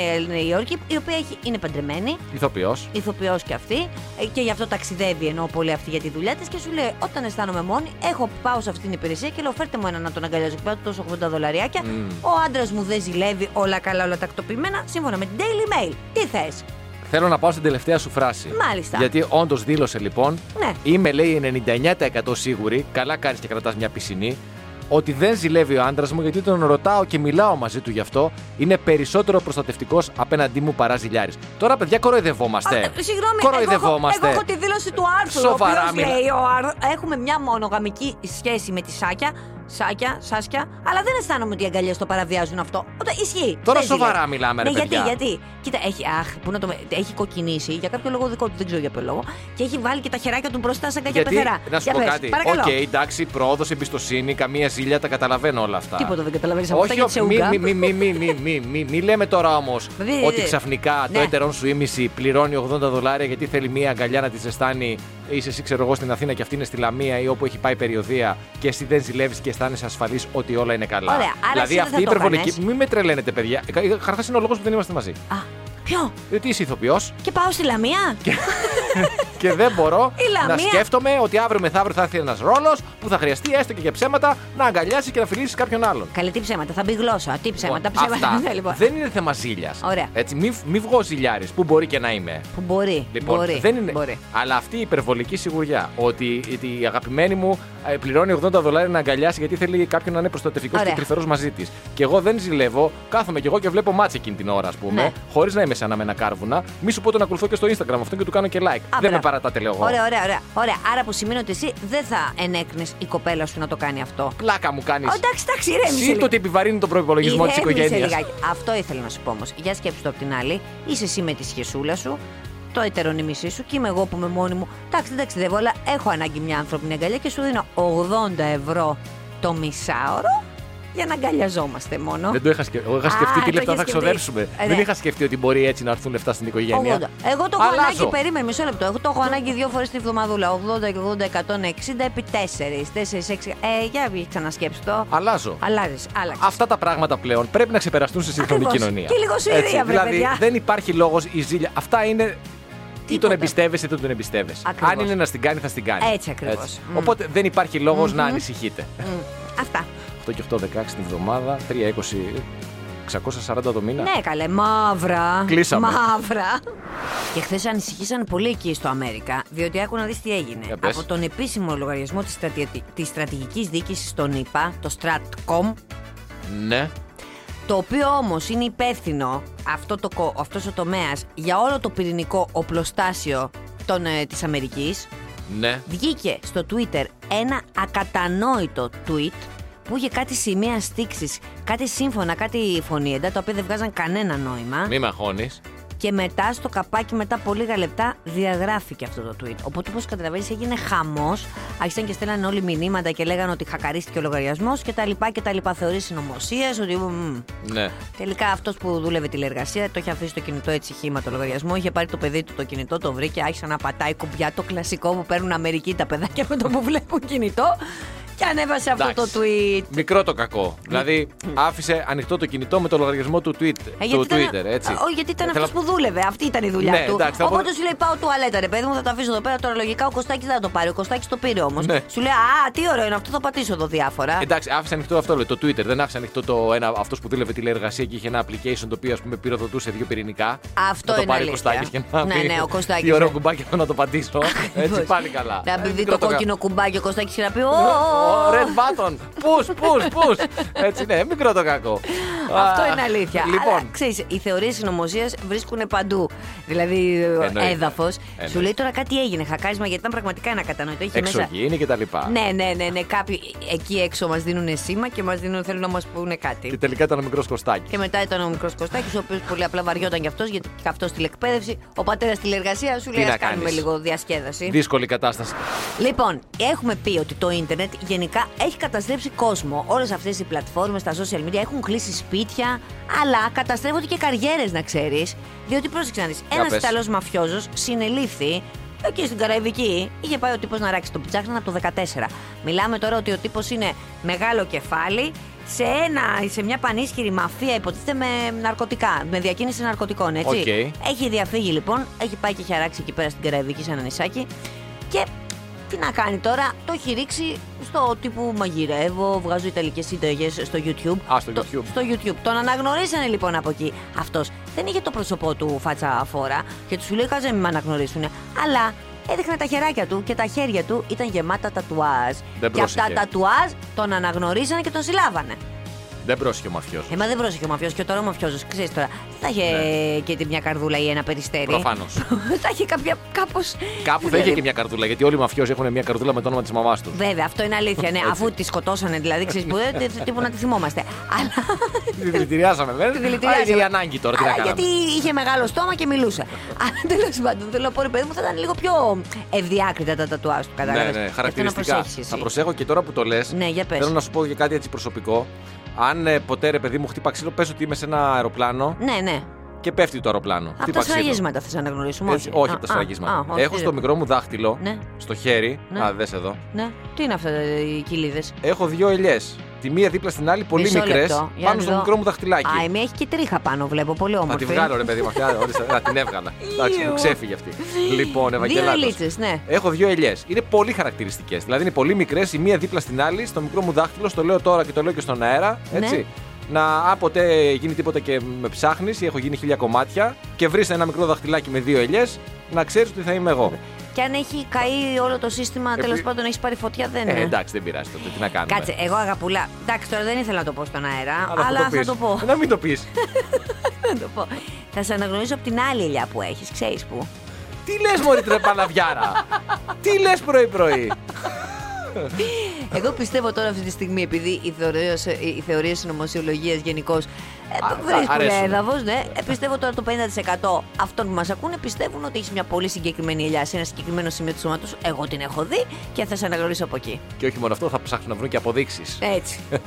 Υόρκη, η οποία έχει, είναι παντρεμένη,
Ηθοποιός.
ηθοποιός και αυτή, ε, και γι' αυτό ταξιδεύει ενώ πολύ αυτή για τη δουλειά της. Και σου λέει: Όταν αισθάνομαι μόνη, έχω, πάω σε αυτή την υπηρεσία και λέω: Φέρτε μου έναν να τον αγκαλιάζω. Πάω τόσο 80 δολαριάκια. Ο άντρας μου δεν ζηλεύει όλα καλά, όλα τακτοποιημένα, σύμφωνα με την Daily Mail. Τι θες.
Θέλω να πάω στην τελευταία σου φράση.
Μάλιστα.
Γιατί όντως δήλωσε λοιπόν.
Ναι.
Είμαι λέει 99% σίγουρη. Καλά κάνεις και κρατάς μια πισινή. Ότι δεν ζηλεύει ο άντρας μου γιατί τον ρωτάω και μιλάω μαζί του γι' αυτό. Είναι περισσότερο προστατευτικός απέναντί μου παρά ζηλιάρης. Τώρα, παιδιά, κοροϊδευόμαστε.
Α, ε, Συγγνώμη,
κοροϊδευόμαστε.
Εγώ, έχω- εγώ έχω τη δήλωση του Άρθρου.
Σοβαρά
ο οποίος
μιλά-
λέει, ο Άρ- Έχουμε μια μονογαμική σχέση με τη Σάκια. Σάκια, Σάσκια. Αλλά δεν αισθάνομαι ότι οι αγκαλιές το παραβιάζουν αυτό. Όταν ισχύει.
Τώρα
Δεν
σοβαρά
ζηλεύει.
μιλάμε, ρε
ναι,
παιδιά.
Γιατί, γιατί. Κοίτα, έχει, αχ, πού να το, με- έχει κοκκινήσει για κάποιο λόγο δικό του, δεν ξέρω για ποιο λόγο. Και έχει βάλει και τα χεράκια του μπροστά σαν κακιά
Γιατί,
πεθερά.
να σου
Για
πω
πες,
κάτι.
Παρακαλώ.
Οκ, εντάξει, πρόοδος, εμπιστοσύνη, καμία ζήλια, τα καταλαβαίνω όλα αυτά.
Τίποτα δεν καταλαβαίνεις από αυτά
Όχι,
γιατί σε
όχι, μη,
ούγκα.
μη, μη, μη, μη, μη, μη, μη, μη λέμε τώρα όμως
Δηλαδή,
ότι
ε,
ξαφνικά το
ναι.
έτερον σου ήμιση πληρώνει 80 δολάρια γιατί θέλει μία αγκαλιά να της ζεστάνει. Είσαι εσύ, ξέρω εγώ, στην Αθήνα και αυτή είναι στη Λαμία ή όπου έχει πάει περιοδία και εσύ δεν ζηλεύεις και αισθάνεσαι ασφαλής ότι όλα είναι καλά.
Ωραία, άρα εσύ
δηλαδή
δεν
αυτή
θα
η
το
υπερβολική.
κάνες.
Μην με τρελαίνετε, παιδιά. Χαρτάς είναι ο λόγος που δεν είμαστε μαζί.
Α, ποιο.
Γιατί είσαι ηθοποιός
Και πάω στη Λαμία.
και δεν μπορώ να
Η Λαμία.
σκέφτομαι ότι αύριο μεθαύριο θα έρθει ένας ρόλος που θα χρειαστεί έστω και για ψέματα να αγκαλιάσει και να φιλήσει κάποιον άλλον.
Καλή, τι ψέματα. Θα μπει γλώσσα. Τι ψέματα.
Λοιπόν,
Ψέματα.
αυτά
Ναι, λοιπόν.
Δεν είναι θέμα ζήλιας.
Ωραία.
Έτσι, μη, μη βγω ζηλιάρης, που μπορεί και να είμαι.
Που μπορεί.
Λοιπόν,
μπορεί,
δεν είναι.
μπορεί.
Αλλά αυτή η υπερβολική σιγουριά ότι ότι η αγαπημένη μου ε, πληρώνει 80 δολάρια να αγκαλιάσει γιατί θέλει κάποιον να είναι προστατευτικός και
Ωραία.
τρυφερός μαζί της. Και εγώ δεν ζηλεύω, κάθομαι κι εγώ και βλέπω μάτσε εκείνη την ώρα, ας πούμε,
Ναι.
χωρίς να είμαι σαν να με ένα κάρβουνα. Μη σου πω τον ακολουθώ και στο Instagram αυτό και του κάνω και like.
Α,
δεν με
μπράβο.
παρατάτε, λέω εγώ.
Ωραία, ωραία, ωραία. ωραία. Άρα που σημαίνει ότι εσύ δεν θα ενέκνε η κοπέλα σου να το κάνει αυτό.
Πλάκα μου κάνεις.
Ω, Εντάξει, εντάξει, ηρέμησε.
Σύντο
λίγο.
ότι επιβαρύνει τον προπολογισμό της
Ηρέμησε
οικογένειας.
λιγάκι. Αυτό ήθελα να σου πω όμως. Για σκέψου το απ' την άλλη. Είσαι εσύ με τη σχεσούλα σου, το ετερονιμισή σου και είμαι εγώ που είμαι μόνη μου. Εντάξει, δεν ταξιδεύω, αλλά έχω ανάγκη μια ανθρώπινη αγκαλιά και σου δίνω 80 ευρώ το μισάωρο για να αγκαλιαζόμαστε μόνο.
Δεν το είχα σκεφτεί. Εγώ είχα
Α,
σκεφτεί τι
το
λεφτά
είχες
θα
σκεφτεί.
ξοδέψουμε.
Ε,
Δεν
ναι.
είχα σκεφτεί ότι μπορεί έτσι να έρθουν λεφτά στην
80.
οικογένεια.
Εγώ το έχω
Αλλάζω.
ανάγκη, περίμενε μισό λεπτό. Εγώ το έχω ανάγκη δύο φορές τη βδομαδούλα. 80 και 80, 160 επί 4. 4, 6. Ε, για ξανασκέψτε το.
Αλλάζω.
Αλλάζεις, άλλαξες.
Αυτά τα πράγματα πλέον πρέπει να ξεπεραστούν στη σύγχρονη
Ακριβώς.
κοινωνία.
Και λίγο Σουηδία,
Έτσι,
βρε,
Δηλαδή
παιδιά.
δεν υπάρχει λόγος η ζήλια. Αυτά είναι. Ή τον
Τίποτα.
εμπιστεύεσαι ή δεν τον εμπιστεύεσαι.
Ακριβώς.
Αν είναι να στην κάνει, θα στην κάνει.
Έτσι ακριβώς. Μμμ.
Οπότε δεν υπάρχει λόγος να ανησυχείτε.
Αυτά.
8 και 8, 16 την εβδομάδα, 3, 20, 640 το μήνα.
Ναι, καλέ, μαύρα.
Κλείσαμε.
Μαύρα. Και χθες ανησυχήσαν πολύ εκεί στο Αμέρικα, διότι άκου να δεις τι έγινε.
Για πες.
Από τον επίσημο λογαριασμό της της στρατηγικής διοίκησης των ΗΠΑ, το Stratcom,
ναι.
το οποίο όμως είναι υπεύθυνο αυτό το, κο- αυτός ο τομέας για όλο το πυρηνικό οπλοστάσιο των, ε, της Αμερικής
ναι.
βγήκε στο Twitter ένα ακατανόητο tweet που είχε κάτι σημεία στήξης, κάτι σύμφωνα, κάτι φωνήεντα, τα οποία δεν βγάζαν κανένα νόημα.
Μη με αγχώνεις.
Και μετά στο καπάκι, μετά από λίγα λεπτά, διαγράφηκε αυτό το tweet. Οπότε, όπως καταλαβαίνεις, έγινε χαμός. Άρχισαν και στέλνανε όλοι μηνύματα και λέγανε ότι χακαρίστηκε ο λογαριασμός και τα λοιπά και τα λοιπά. Θεωρείς συνωμοσίε, ότι. μμμ.
Ναι.
Τελικά αυτός που δούλευε τηλεργασία το είχε αφήσει το κινητό έτσι χήμα το λογαριασμό. Είχε πάρει το παιδί του το κινητό, το βρήκε, άρχισε να πατάει κουμπιά. Το κλασικό που παίρνουν Αμερική τα παιδάκια με το που βλέπουν κινητό. Και ανέβασε αυτό το
Εντάξει.
tweet.
Μικρό το κακό. δηλαδή, άφησε ανοιχτό το κινητό με το λογαριασμό του, tweet,
Ε,
του
ήταν-
Twitter, έτσι.
Ω, γιατί ήταν
Ε, θέλω
αυτό που δούλευε. Αυτή ήταν η δουλειά
Ναι,
του.
εντάξει, θα
Οπότε
πω-
σου λέει: Πάω τουαλέτα, ρε παιδί μου, θα το αφήσω εδώ πέρα. Τώρα λογικά ο Κωστάκης δεν θα το πάρει. Ο Κωστάκης το πήρε όμως.
Ναι.
Σου λέει: Α, τι ωραίο είναι αυτό, θα πατήσω εδώ διάφορα.
Εντάξει, άφησε ανοιχτό αυτό λέει, το Twitter. Δεν άφησε ανοιχτό το ένα, αυτός που δούλευε τηλεεργασία και είχε ένα application το οποίο ας πούμε πυροδοτούσε δύο πυρηνικά.
Αυτό
να το
είναι
πάρει ο
αλήθεια.
Κωστάκης και να
Ναι,
πει,
ναι, ο Κωστάκης,
Τι ωραίο
ναι.
κουμπάκι αυτό να το πατήσω. έτσι πάλι καλά.
Λοιπόν,
Ε,
Να μπει
μικρό Ναι,
το
κα-
κόκκινο κουμπάκι ο Κωστάκης και να πει: Ω,
Ω, Red button. Πους, πους, πους. Έτσι ναι, μικρό το κακό.
Αυτό
Α,
είναι αλήθεια. Αλλά
Λοιπόν,
ξέρεις, οι θεωρίες συνωμοσία βρίσκουν παντού. Δηλαδή,
Εννοείται.
έδαφος.
Εννοείται.
Σου λέει τώρα κάτι έγινε. Χακάρισμα γιατί ήταν πραγματικά ένα κατανοητό. Είχε μέσα
εξωγήινη και τα λοιπά.
Ναι, ναι, ναι, ναι. Κάποιοι εκεί έξω μας δίνουν σήμα και μας δίνουν, θέλουν να μας πούνε
Και
κάτι.
τελικά ήταν ο μικρός Κωστάκης.
Και μετά ήταν ο μικρός Κωστάκης, ο οποίος πολύ απλά βαριόταν κι αυτός, γιατί και αυτός τηλεκπαίδευση. Ο πατέρας τηλεργασίας σου λέει:
να
Ας κάνουμε
κάνεις.
λίγο διασκέδαση.
Δύσκολη κατάσταση.
Λοιπόν, έχουμε πει ότι το ίντερνετ γενικά έχει καταστρέψει κόσμο. Όλες αυτές οι πλατφόρμες, τα social media έχουν κλείσει σπίτια, αλλά καταστρέφονται και καριέρες, να ξέρεις. Διότι πρόσεξε να δεις.
Για
Ένας
πες.
Ιταλό μαφιόζος συνελήφθη εκεί στην Καραϊβική. Είχε πάει ο τύπος να ράξει τον πιτσάχναν από το 14. Μιλάμε τώρα ότι ο τύπος είναι μεγάλο κεφάλι σε, ένα, σε μια πανίσχυρη μαφία, υποτίθεται με ναρκωτικά, με διακίνηση ναρκωτικών, Λοιπόν, έτσι.
Οκ.
Έχει διαφύγει λοιπόν, έχει πάει και έχει αράξει εκεί πέρα στην Καραϊβική, σαν ένα νησάκι. Και τι να κάνει τώρα, το έχει ρίξει στο τύπου μαγειρεύω, βγάζω ιταλικές συνταγές στο YouTube.
Α, στο
Το-
YouTube.
στο YouTube. Τον αναγνωρίσανε λοιπόν από εκεί. Αυτός δεν είχε το πρόσωπό του φάτσα φόρα και τους λέει: Κάζε, μην με αναγνωρίσουνε. Αλλά έδειχνε τα χεράκια του και τα χέρια του ήταν γεμάτα τατουάζ.
Δεν
και αυτά
πρόσεχε.
τα τατουάζ τον αναγνωρίσανε και τον συλλάβανε.
Δεν πρόσχε ο μαφιόζος.
Ε, μα δεν πρόσεχε ο μαφιό και τώρα ο μαφιόζος, ξέρεις τώρα, δεν θα είχε και τη μια καρδούλα ή ένα περιστέρι.
Ναι. Προφανώς.
θα είχε κάποια κάπως...
Κάπου θα είχε και μια καρδούλα, γιατί όλοι οι μαφιόζοι έχουν μια καρδούλα με το όνομα της μαμάς τους.
Βέβαια, αυτό είναι αλήθεια. Ναι, αφού τη σκοτώσανε, δηλαδή, ξέρεις που δεν τύπου να τη θυμόμαστε. Αλλά.
Τη δηλητηριάσαμε, βέβαια.
τη δηλητηριάσαμε.
Α, Είναι η ανάγκη τώρα, τι να
Αλλά
κάνουμε.
Γιατί είχε μεγάλο στόμα και μιλούσε. Αλλά τέλος πάντων, θέλω να πω, ρε παιδί μου, θα ήταν λίγο πιο ευδιάκριτα τα τατουάζ του,
Ναι,
κατάλαβε.
ναι, χαρακτηριστικά. Θα προσέχω και τώρα που το λες.
Ναι, για πες.
Θέλω να σου πω για κάτι έτσι προσωπικό. Αν ε, ποτέ ρε παιδί μου χτύπα ξύλο, πες ότι είμαι σε ένα αεροπλάνο
Ναι, ναι.
και πέφτει το αεροπλάνο.
Από
Χτύπα
τα
ξύλο.
σφραγίσματα θες να αναγνωρίσουμε.
Έτσι, όχι
Α,
από τα
α, α,
σφραγίσματα.
όχι,
Έχω στο
δεν-
μικρό μου δάχτυλο,
Ναι.
στο χέρι.
Ναι.
Α, δες εδώ.
Ναι, τι είναι αυτά ε, οι κοιλίδες.
Έχω δύο ελιές. Τη μία δίπλα στην άλλη, πολύ μικρέ, πάνω στο μικρό μου δαχτυλάκι.
Α, η μία έχει και τρίχα πάνω, βλέπω. Πολύ
Να τη
όμορφη.
βγάλω, ρε παιδί μου. αυτή, ορίστε, Να την έβγαλα. Εντάξει, μου
Ιου.
ξέφυγε αυτή. Λοιπόν,
Δύο
Ευαγγελάτος.
ελίτσε, ναι.
Έχω δύο ελιές. Είναι πολύ χαρακτηριστικές. Δηλαδή είναι πολύ μικρές, η μία δίπλα στην άλλη, στο μικρό μου δάχτυλο, στο λέω τώρα και το λέω και στον αέρα. Έτσι.
Ναι.
Να άποτε γίνει τίποτα και με ψάχνεις ή έχω γίνει χίλια κομμάτια και βρεις ένα μικρό δαχτυλάκι με δύο ελιές, να ξέρεις ότι θα είμαι εγώ.
Και αν έχει καεί όλο το σύστημα,
Επί-
τέλο πάντων έχεις πάρει φωτιά, δεν
Ε,
είναι.
εντάξει, δεν πειράζει τότε. Τι να κάνουμε.
Ναι. Κάτσε, εγώ αγαπούλα. Εντάξει, τώρα δεν ήθελα να το πω στον αέρα, αλλά,
θα
θα,
πεις.
το πω.
Να μην το πεις.
θα το πω. Θα σε αναγνωρίσω από την άλλη ελιά που έχεις, ξέρεις που.
Τι λες, Μωρή τρεπαλαβιάρα. Τι λες πρωί-πρωί.
Εγώ πιστεύω τώρα αυτή τη στιγμή, επειδή οι θεωρίες- οι θεωρίε συνωμοσιολογία γενικώ
Α,
ε, βρίσκουν
αρέσουν.
έδαφος, ναι. Ε, Πιστεύω τώρα το 50% αυτών που μας ακούνε πιστεύουν ότι έχει μια πολύ συγκεκριμένη ελιά σε ένα συγκεκριμένο σημείο του σώματος. Εγώ την έχω δει και θα σε αναγνωρίσω από εκεί.
και όχι μόνο αυτό, θα ψάχνουν να βρουν και αποδείξεις.
Έτσι.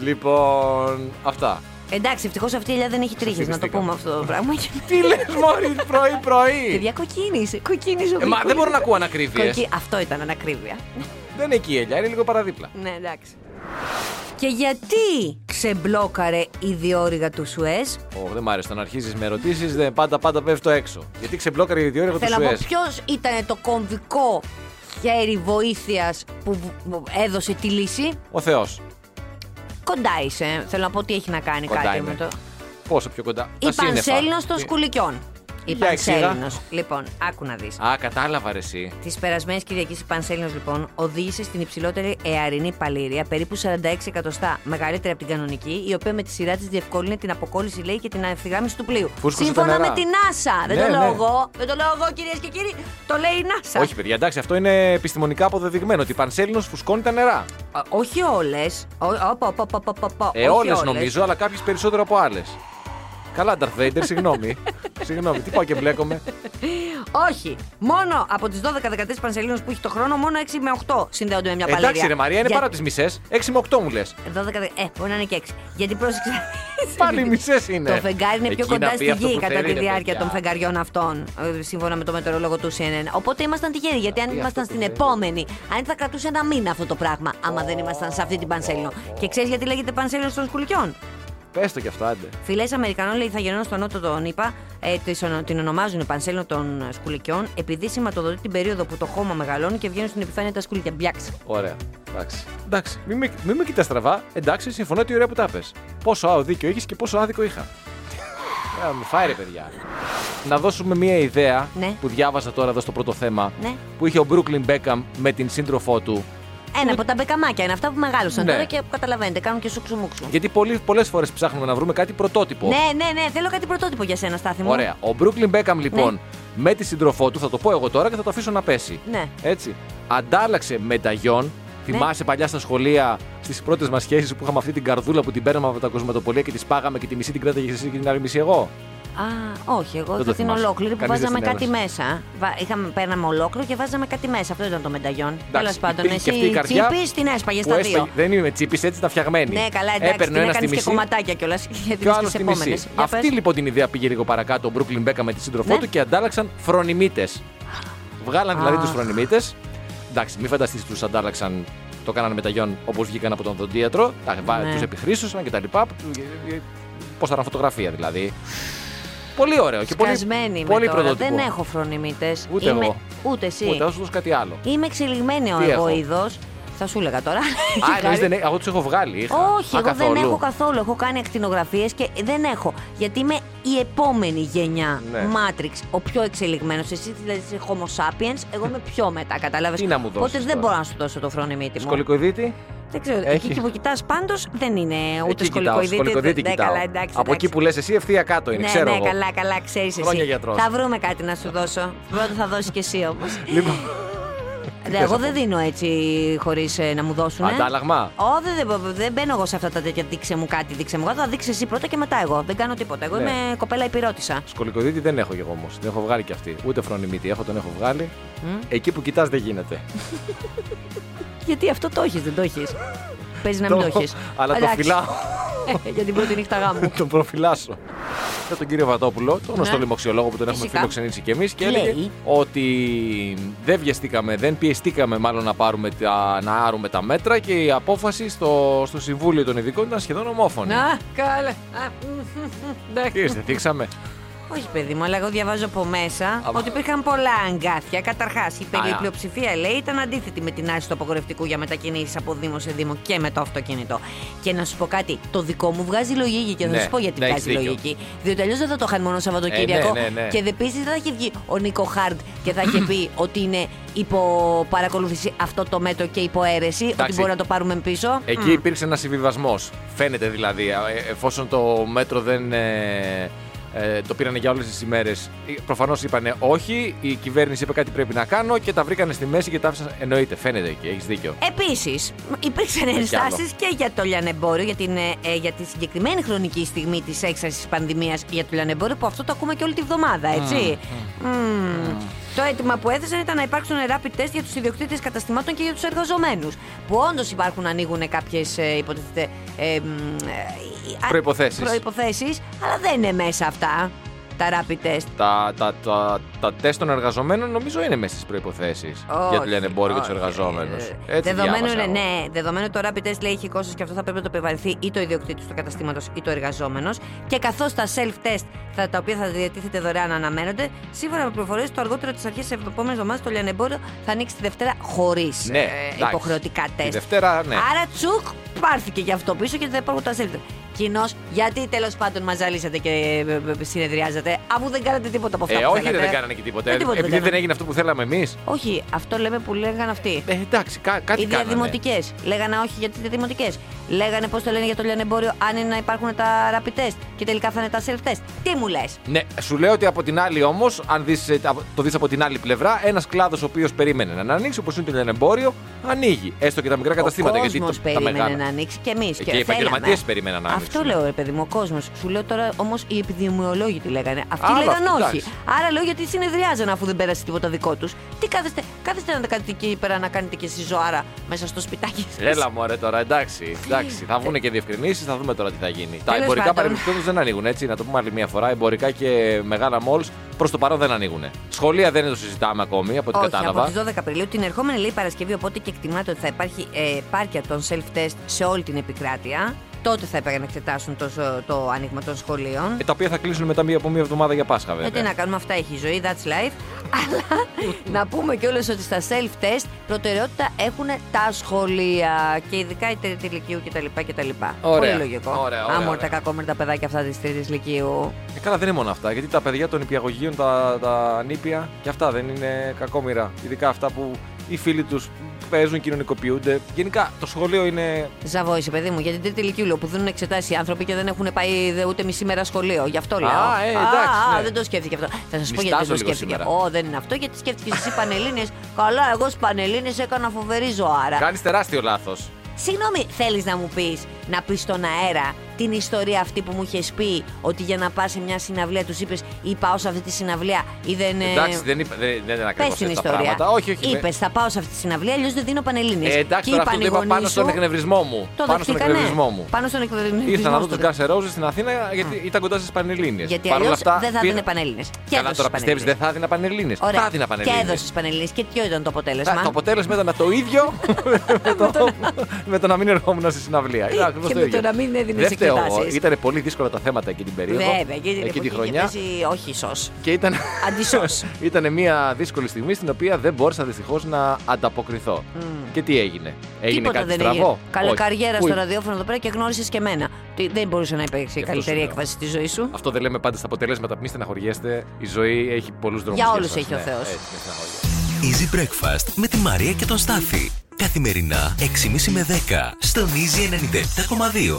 Λοιπόν, αυτά.
Εντάξει, ευτυχώς αυτή η ελιά δεν έχει τρίχε, να το
δυστυχώς.
πούμε αυτό το πράγμα.
Τι λες, Μωρή πρωί-πρωί.
Παιδιά, κοκκίνησε.
Ε,
Κοκκίνησε ο
μα
γλυκούλης.
δεν μπορώ να ακούω ανακρίβειες.
Κοκκι- Αυτό ήταν ανακρίβεια.
Δεν είναι εκεί η ελιά, είναι λίγο παραδίπλα.
Ναι, εντάξει. Και γιατί ξεμπλόκαρε η διόρυγα του Σουέζ.
Ω, δεν μ' άρεσε. Όταν αρχίζεις με ερωτήσεις, πάντα πάντα πέφτω έξω. Γιατί ξεμπλόκαρε η διόρυγα του
Θέλω να πω,
Σουέζ.
ποιος ήταν το κομβικό χέρι βοήθειας που β- β- έδωσε τη λύση.
Ο Θεός.
Κοντά είσαι. Θέλω να πω ότι έχει να κάνει
Κοντά
κάτι
είναι.
με το.
Πόσο πιο κοντά. Τα
Η
σύννεφα.
Πανσέλινο των
Τι-
Σκουλικιών. Η
Για εξήγα.
Πανσέλινο. Λοιπόν, άκου να δεις.
Α, κατάλαβα ρε, εσύ.
Τη περασμένη Κυριακή η Πανσέλινο, λοιπόν, οδήγησε στην υψηλότερη εαρινή παλήρια, περίπου 46 εκατοστά, μεγαλύτερη από την κανονική, η οποία με τη σειρά της διευκόλυνε την αποκόλληση, λέει, και την αευθυγάμιση του πλοίου.
Φούσκωσε τα
Σύμφωνα
νερά.
με την NASA. Δεν
Ναι,
το λέω
ναι.
εγώ. Δεν το λέω εγώ, κυρίες και κύριοι. Το λέει η NASA.
Όχι, παιδιά, εντάξει, αυτό είναι επιστημονικά αποδεδειγμένο ότι η Πανσέλινο φουσκώνει τα νερά.
Α, όχι όλες.
Ε, όλε νομίζω, αλλά κάποιες περισσότερο από άλλες. Καλά, Darth Vader, συγγνώμη. συγγνώμη, τι πάω και μπλέκομαι.
Όχι. Μόνο από τις 12-13 πανσελίνους που έχει το χρόνο, μόνο 6 με 8 συνδέονται με μια παλαιρία.
Εντάξει, ρε Μαρία, είναι
Για-
πάνω από τις μισές. 6 με 8 μου λες.
12, ε, μπορεί να είναι και 6. Γιατί πρόσεξα.
Πάλι μισές είναι.
Το φεγγάρι είναι πιο
Ναι. Εκεί να
κοντά
πει
στη
αυτό
γη
που
κατά
θέλει,
τη
ρε
διάρκεια
παιδιά.
των φεγγαριών αυτών, ε, σύμφωνα με το μετεωρολόγο του CNN. Οπότε ήμασταν τυχεροί, γιατί αν
πει
ήμασταν
αυτό
στην
που θέλει.
επόμενη, αν θα κρατούσε ένα μήνα αυτό το πράγμα, άμα δεν ήμασταν σε αυτή την πανσέλινο. Και ξέρεις γιατί λέγεται πανσέλινο των σκουλικιών.
Πες το κι αυτά, άντε.
Φιλέ Αμερικανών λέει θα γεννώνουν στο νότο τον ΗΠΑ, ε, της ονο- την ονομάζουν πανσέλινο των σκουλικιών, επειδή σηματοδοτεί την περίοδο που το χώμα μεγαλώνει και βγαίνουν στην επιφάνεια τα σκουλικιά. Μπιάξ.
Ωραία. Εντάξει. Εντάξει. Μην με, μη με κοιτάς στραβά. Εντάξει, συμφωνώ ότι ωραία που τα πες. Πόσο άο δίκιο είχες και πόσο άδικο είχα. Ε, μου φάει ρε, παιδιά. Να δώσουμε μία ιδέα
Ναι.
που διάβασα τώρα εδώ στο πρώτο θέμα.
Ναι.
Που είχε ο Brooklyn Beckham με την σύντροφό του.
Ένα από τα μπεκαμάκια είναι αυτά που μεγάλωσαν
Ναι.
τώρα και καταλαβαίνετε, κάνουν και σούξου μουξου.
Γιατί πολλές φορές ψάχνουμε να βρούμε κάτι πρωτότυπο.
Ναι, ναι, ναι, θέλω κάτι πρωτότυπο για σένα, Στάθη μου. Ναι.
Ωραία. Ο Brooklyn Beckham λοιπόν με τη σύντροφό του, θα το πω εγώ τώρα και θα το αφήσω να πέσει.
Ναι.
Έτσι. Αντάλλαξε μεταγιών. Θυμάσαι παλιά στα σχολεία, στις πρώτες μας σχέσεις που είχαμε αυτή την καρδούλα που την παίρναμε από τα κοσματοπολία και τη σπάγαμε και τη μισή την κράταγες εσύ και την άλλη μισή εγώ.
Α, όχι, εγώ
Δεν το
είχα την
θυμάσαι.
ολόκληρη που
Κανείς δεν
βάζαμε κάτι
συνέβασε.
μέσα. Βα- Είχαμε, παίρναμε ολόκληρο και βάζαμε κάτι μέσα. Αυτό ήταν το μενταγιόν. Τέλο πάντων,
υπήρχε και
εσύ
αυτή η καρδιά
τσίπη την έσπαγες
που
στα
έσπαγε-
δύο.
Δεν είμαι τσίπης, έτσι ήταν φτιαγμένη.
Ναι, καλά, εντάξει,
Έπαιρνε ένα
την
στη
έκανες και
μισή
κομματάκια κιόλας. Γιατί
και ο άλλο
στις
στη μισή.
Ε, επόμενες. Για
Αυτή
πες.
λοιπόν την ιδέα πήγε λίγο παρακάτω ο Brooklyn Beckham με τη σύντροφό
Ναι.
του και αντάλλαξαν φρονιμίτες. Βγάλαν δηλαδή
Αχ.
τους φρονιμίτες. Εντάξει, μην φανταστείς τους αντάλλαξαν. Το κάνανε μεταγιόν όπως βγήκαν από τον δοντίατρο.
Ναι.
Τους επιχρήσωσαν και τα λοιπά. Πώ θα ήταν φωτογραφία δηλαδή. Πολύ ωραίο και πολύ,
Σκασμένη είμαι
πολύ
τώρα.
πρωτότυπο.
Δεν έχω φρονιμίτε.
Ούτε
Είμαι...
εγώ.
Ούτε εσύ.
Ούτε, θα σου δώσω κάτι άλλο.
Είμαι εξελιγμένο
Τι
εγώ
έχω?
είδο. Θα σου έλεγα τώρα.
Α, εννοείς δεν, εγώ τους έχω βγάλει. Είχα.
Όχι,
Α,
εγώ δεν
καθόλου.
έχω καθόλου. Έχω κάνει ακτινογραφίε και δεν έχω. Γιατί είμαι η επόμενη γενιά
Ναι.
Matrix, ο πιο εξελιγμένος. Εσύ δηλαδή είσαι Homo sapiens, εγώ είμαι πιο μετά, κατάλαβες.
Τι να μου δώσεις
Οπότε δεν
τώρα.
μπορώ να σου δώσω το φρόνιμίτι μου.
Σκολικοειδίτη.
Δεν ξέρω.
Έχει.
Εκεί που κοιτάς πάντως δεν είναι ούτε
Εκεί κοιτάω,
σκολικοειδίτη.
σκολικοειδίτη
ναι,
κοιτάω.
καλά, εντάξει,
Από
εντάξει.
εκεί που λες εσύ ευθεία κάτω είναι,
ναι,
ξέρω
ναι,
εγώ.
καλά, καλά, ξέρεις
Χρόνια
εσύ.
γιατρός.
Θα βρούμε κάτι να σου δώσω. Πρώτα θα δώσεις κι εσύ όμως.
Λοιπόν,
Ναι, εγώ δεν δίνω έτσι χωρίς να μου δώσουν.
Αντάλλαγμα.
Ω, δεν, δεν, δεν μπαίνω εγώ σε αυτά τα τέτοια. Δείξε μου κάτι, δείξε μου. Εγώ θα δείξεις εσύ πρώτα και μετά εγώ. Δεν κάνω τίποτα. Εγώ
Ναι.
είμαι κοπέλα υπηρώτησα.
Σκολικοδίτη δεν έχω κι εγώ όμως. Δεν έχω βγάλει κι αυτή. Ούτε φρονιμίτη έχω, τον έχω βγάλει. Εκεί που κοιτάς δεν γίνεται.
Γιατί αυτό το έχεις, δεν το έχεις. Παίζει να
Το-
μην το έχει.
αλλά το φυλάω.
Για την πρώτη νύχτα γάμου.
τον προφυλάσσω. Για τον κύριο Βατόπουλο, τον γνωστό
Ναι.
λοιμοξιολόγο που τον έχουμε
Φυσικά.
φιλοξενήσει κι εμείς, και
Λέει.
έλεγε ότι δεν βιαστήκαμε, δεν πιεστήκαμε μάλλον να, πάρουμε τα, να άρουμε τα μέτρα και η απόφαση στο, στο Συμβούλιο των Ειδικών ήταν σχεδόν ομόφωνη.
Να, καλά. Α, Ναι.
Τι είστε, θίξαμε.
Όχι, παιδί μου, αλλά εγώ διαβάζω από μέσα
Από-
ότι υπήρχαν πολλά αγκάθια. Καταρχάς, η
Α,
περι-
α.
πλειοψηφία λέει ήταν αντίθετη με την άρση του απογορευτικού για μετακινήσεις από Δήμο σε Δήμο και με το αυτοκίνητο. Και να σου πω κάτι, το δικό μου βγάζει λογική και θα
Ναι,
σου πω γιατί
ναι,
βγάζει
έχεις δίκιο.
λογική. Διότι αλλιώς δεν θα το είχαν μόνο Σαββατοκύριακο.
Ε, ναι, ναι, ναι.
Και επίσης δεν θα είχε βγει ο Νίκο Χάρντ και θα είχε πει ότι είναι υπό παρακολούθηση αυτό το μέτρο και υπό αίρεση, ότι
Εντάξει.
μπορεί να το πάρουμε πίσω.
Εκεί υπήρξε ένας συμβιβασμός. Φαίνεται δηλαδή, ε, εφόσον το μέτρο δεν. ε, ε, το πήρανε για όλες τις ημέρες. Προφανώ ε, είπανε όχι, η κυβέρνηση είπε κάτι πρέπει να κάνω και τα βρήκανε στη μέση και τα άφησαν. Εννοείται, φαίνεται εκεί, έχεις δίκιο.
Επίσης, υπήρξαν
άλλο.
ενστάσεις και για το λιανεμπόριο, για, την, ε, ε, για τη συγκεκριμένη χρονική στιγμή της έξαρσης της πανδημίας για το λιανεμπόριο, που αυτό το ακούμε και όλη τη βδομάδα, έτσι. Μμμ. Το αίτημα που έθεσαν ήταν να υπάρξουν rapid test για τους ιδιοκτήτες καταστημάτων και για τους εργαζομένους. Που όντως υπάρχουν, ανοίγουν κάποιες υποτίθεται. Ε, μ, ε,
Προϋποθέσεις.
προϋποθέσεις, αλλά δεν είναι μέσα αυτά τα rapid test.
Τα, τα, τα, τα τεστ των εργαζομένων νομίζω είναι μέσα στις προποθέσει για το
Όχι,
λιανεμπόριο και τους
όχι.
εργαζόμενου.
Ε, Δεδομένου, είναι, ναι, δεδομένου το rapid test λέει έχει κόστος και αυτό θα πρέπει να το επιβαρυνθεί ή το ιδιοκτήτης του καταστήματος ή το εργαζόμενος. Και καθώς τα self-test θα, τα οποία θα διατίθεται δωρεάν αναμένονται, σύμφωνα με πληροφορίες, το αργότερο τη αρχή της επόμενης εβδομάδας το λιανεμπόριο θα ανοίξει τη Δευτέρα χωρίς
Ναι, εντάξει.
ε, υποχρεωτικά
Τη
τεστ.
Δευτέρα, ναι.
Άρα τσουκ, πάρθηκε γι' αυτό πίσω και δεν υπάρχουν τα self-test. Κοινώς, γιατί τέλος πάντων μαζαλίσατε και ε, ε, ε, συνεδριάζατε, αφού δεν κάνατε τίποτα από αυτά
Ε,
που
όχι, ρε,
θέλατε.
δεν κάνανε και τίποτα.
Ε,
Ε,
τίποτα
Επειδή δεν
κάνανε.
έγινε αυτό που θέλαμε εμείς.
Όχι, αυτό λέμε που λέγανε αυτοί.
Ε, εντάξει, κά, κάτι
Οι
κάνανε.
διαδημοτικές. Λέγανε όχι γιατί είναι δημοτικές. Λέγανε πώς το λένε για το λιανεμπόριο, αν είναι να υπάρχουν τα rapid test. Και τελικά θα είναι τα self test. Τι μου λες.
Ναι, σου λέω ότι από την άλλη όμως, αν δεις, ε, τα- το δεις από την άλλη πλευρά, ένας κλάδος ο οποίος περίμενε να ανοίξει, όπως είναι το λιανεμπόριο, ανοίγει. Έστω και τα μικρά
Ο
καταστήματα. το-
κόσμος
τα
περίμενε
μεγάλα.
να ανοίξει και εμείς.
και οι επαγγελματίες περίμεναν να ανοίξουν.
Αυτό λέω, ρε παιδί μου, ο κόσμος. Σου λέω τώρα όμως οι επιδημιολόγοι τι λέγανε. Αυτοί
Άλλο
λέγανε
αυτό,
όχι.
εντάξει.
Άρα λέω γιατί συνεδριάζαν αφού δεν πέρασε τίποτα δικό τους. Τι κάθεστε, κάθεστε να τα κάνετε εκεί πέρα να κάνετε και εσείς ζωάρα μέσα στο σπιτάκι σας.
Έλα μου, ρε τώρα, εντάξει. εντάξει. Θα βγουν και διευκρινήσεις, θα δούμε τώρα τι θα γίνει. Τα
Τέλος
εμπορικά
πάντων.
παρεμπιπτόντως δεν ανοίγουν, έτσι. Να το πούμε άλλη μια φορά. Εμπορικά και μεγάλα malls προς το παρόν δεν ανοίγουν. Σχολεία δεν το συζητάμε ακόμη, από ό,τι
Όχι,
κατάλαβα.
από τις 12 Απριλίου, την ερχόμενη λέει Παρασκευή, οπότε και εκτιμάται ότι θα υπάρχει ε, πάρκια των self-test σε όλη την επικράτεια. Τότε θα έπρεπε να εξετάσουν το, σο- το άνοιγμα των σχολείων.
Ε, τα οποία θα κλείσουν μετά μία από μία εβδομάδα για Πάσχα,
Ε, τι
βέβαια.
να κάνουμε, αυτά έχει η ζωή, that's life. Αλλά να πούμε κιόλας ότι στα self-test προτεραιότητα έχουν τα σχολεία και ειδικά η τρίτη ηλικίου κτλ. κτλ.
Ωραία.
Πολύ λογικό.
Ωραία, ωραία,
Άμορτα
ωραία.
κακόμερτα τα παιδάκια αυτά της τρίτης ηλικίου.
Ε, καλά, δεν είναι μόνο αυτά. Γιατί τα παιδιά των υπηαγωγείων, τα, τα νήπια και αυτά δεν είναι κακόμοιρα. Ειδικά αυτά που οι φίλοι τους παίζουν, κοινωνικοποιούνται. Γενικά το σχολείο είναι.
Ζαβό είσαι, παιδί μου, για την τρίτη ηλικίου λέω, που δίνουν εξετάσει οι άνθρωποι και δεν έχουν πάει δε- ούτε μισή μέρα σχολείο. Γι' αυτό λέω.
Α, ε, εντάξει,
Α,
ναι.
δεν το σκέφτηκε αυτό. Θα σας πω γιατί δεν
Νιστάζω
το
λίγο
σκέφτηκε.
σήμερα.
Ω, δεν είναι αυτό, γιατί σκέφτηκε εσύ Πανελίνε. Καλά, εγώ στις Πανελίνε έκανα φοβερή ζωάρα.
Κάνεις τεράστιο λάθος.
Συγγνώμη, θέλεις να μου πεις, να πεις στον αέρα την ιστορία αυτή που μου είχες πει ότι για να πας σε μια συναυλία τους είπες ή πάω σε αυτή τη συναυλία ή δεν. ε,
Εντάξει, δεν, είπα, δεν, δεν είναι
Πε
ακριβώ
την
τα
ιστορία.
πράγματα. Όχι, όχι. με-
Είπες, θα πάω σε αυτή τη συναυλία, αλλιώς δεν δίνω πανελίνε.
Ε, εντάξει, τώρα αυτό το είπα πάνω στον εκνευρισμό μου.
Το
πάνω στον
δεχτήκανε.
εκνευρισμό μου.
Πάνω στον εκνευρισμό.
Ήρθα να δω του
στο-
Guns N' Roses στην Αθήνα γιατί ήταν κοντά στις Πανελλήνιες.
Γιατί αλλιώ δεν θα δίνει πανελίνε. Και
Καλά,
έδωσε
τώρα
στις
πιστεύει δεν
Πανελλήνιες.
θα δίνει Πανελλήνιες.
Ωραία.
Θα δίνει
Και
Πανελλήνιε.
έδωσε τι πανελίνε. Και ποιο ήταν το αποτέλεσμα.
Το αποτέλεσμα ήταν το ίδιο με, το, με το να μην ερχόμουν στη συναυλία. Ήταν ακριβώς
Ε, Και
το
με
ίδιο.
το να μην έδινες
Δεν φταίω εγώ.
εξετάσεις.
Ήταν πολύ δύσκολα τα θέματα εκεί την περίοδο.
Βέβαια, εκείνη
Εκεί
την εποχή
τη
είχε
χρονιά.
πέσει Όχι, ίσω.
Και ήταν.
Αντισώς.
ήταν μια δύσκολη στιγμή στην οποία δεν μπόρεσα δυστυχώς να ανταποκριθώ. Και τι έγινε. Έγινε
Τίποτα
κάτι
δεν
στραβό.
έγινε. Καλή
Όχι.
καριέρα
Πού-
στο ραδιόφωνο εδώ πέρα και γνώρισες και εμένα. Τι- Δεν μπορούσε να υπάρξει
αυτό
καλύτερη
σου λέω.
έκβαση στη ζωή σου.
Αυτό δεν λέμε πάντα στα αποτελέσματα. Μην στεναχωριέστε. Η ζωή έχει πολλούς δρόμους.
Για όλους
ναι.
έχει ο Θεός.
Easy Breakfast με τη Μαρία και τον Στάφη. Καθημερινά 6.30 με 10 στον Easy 97.2.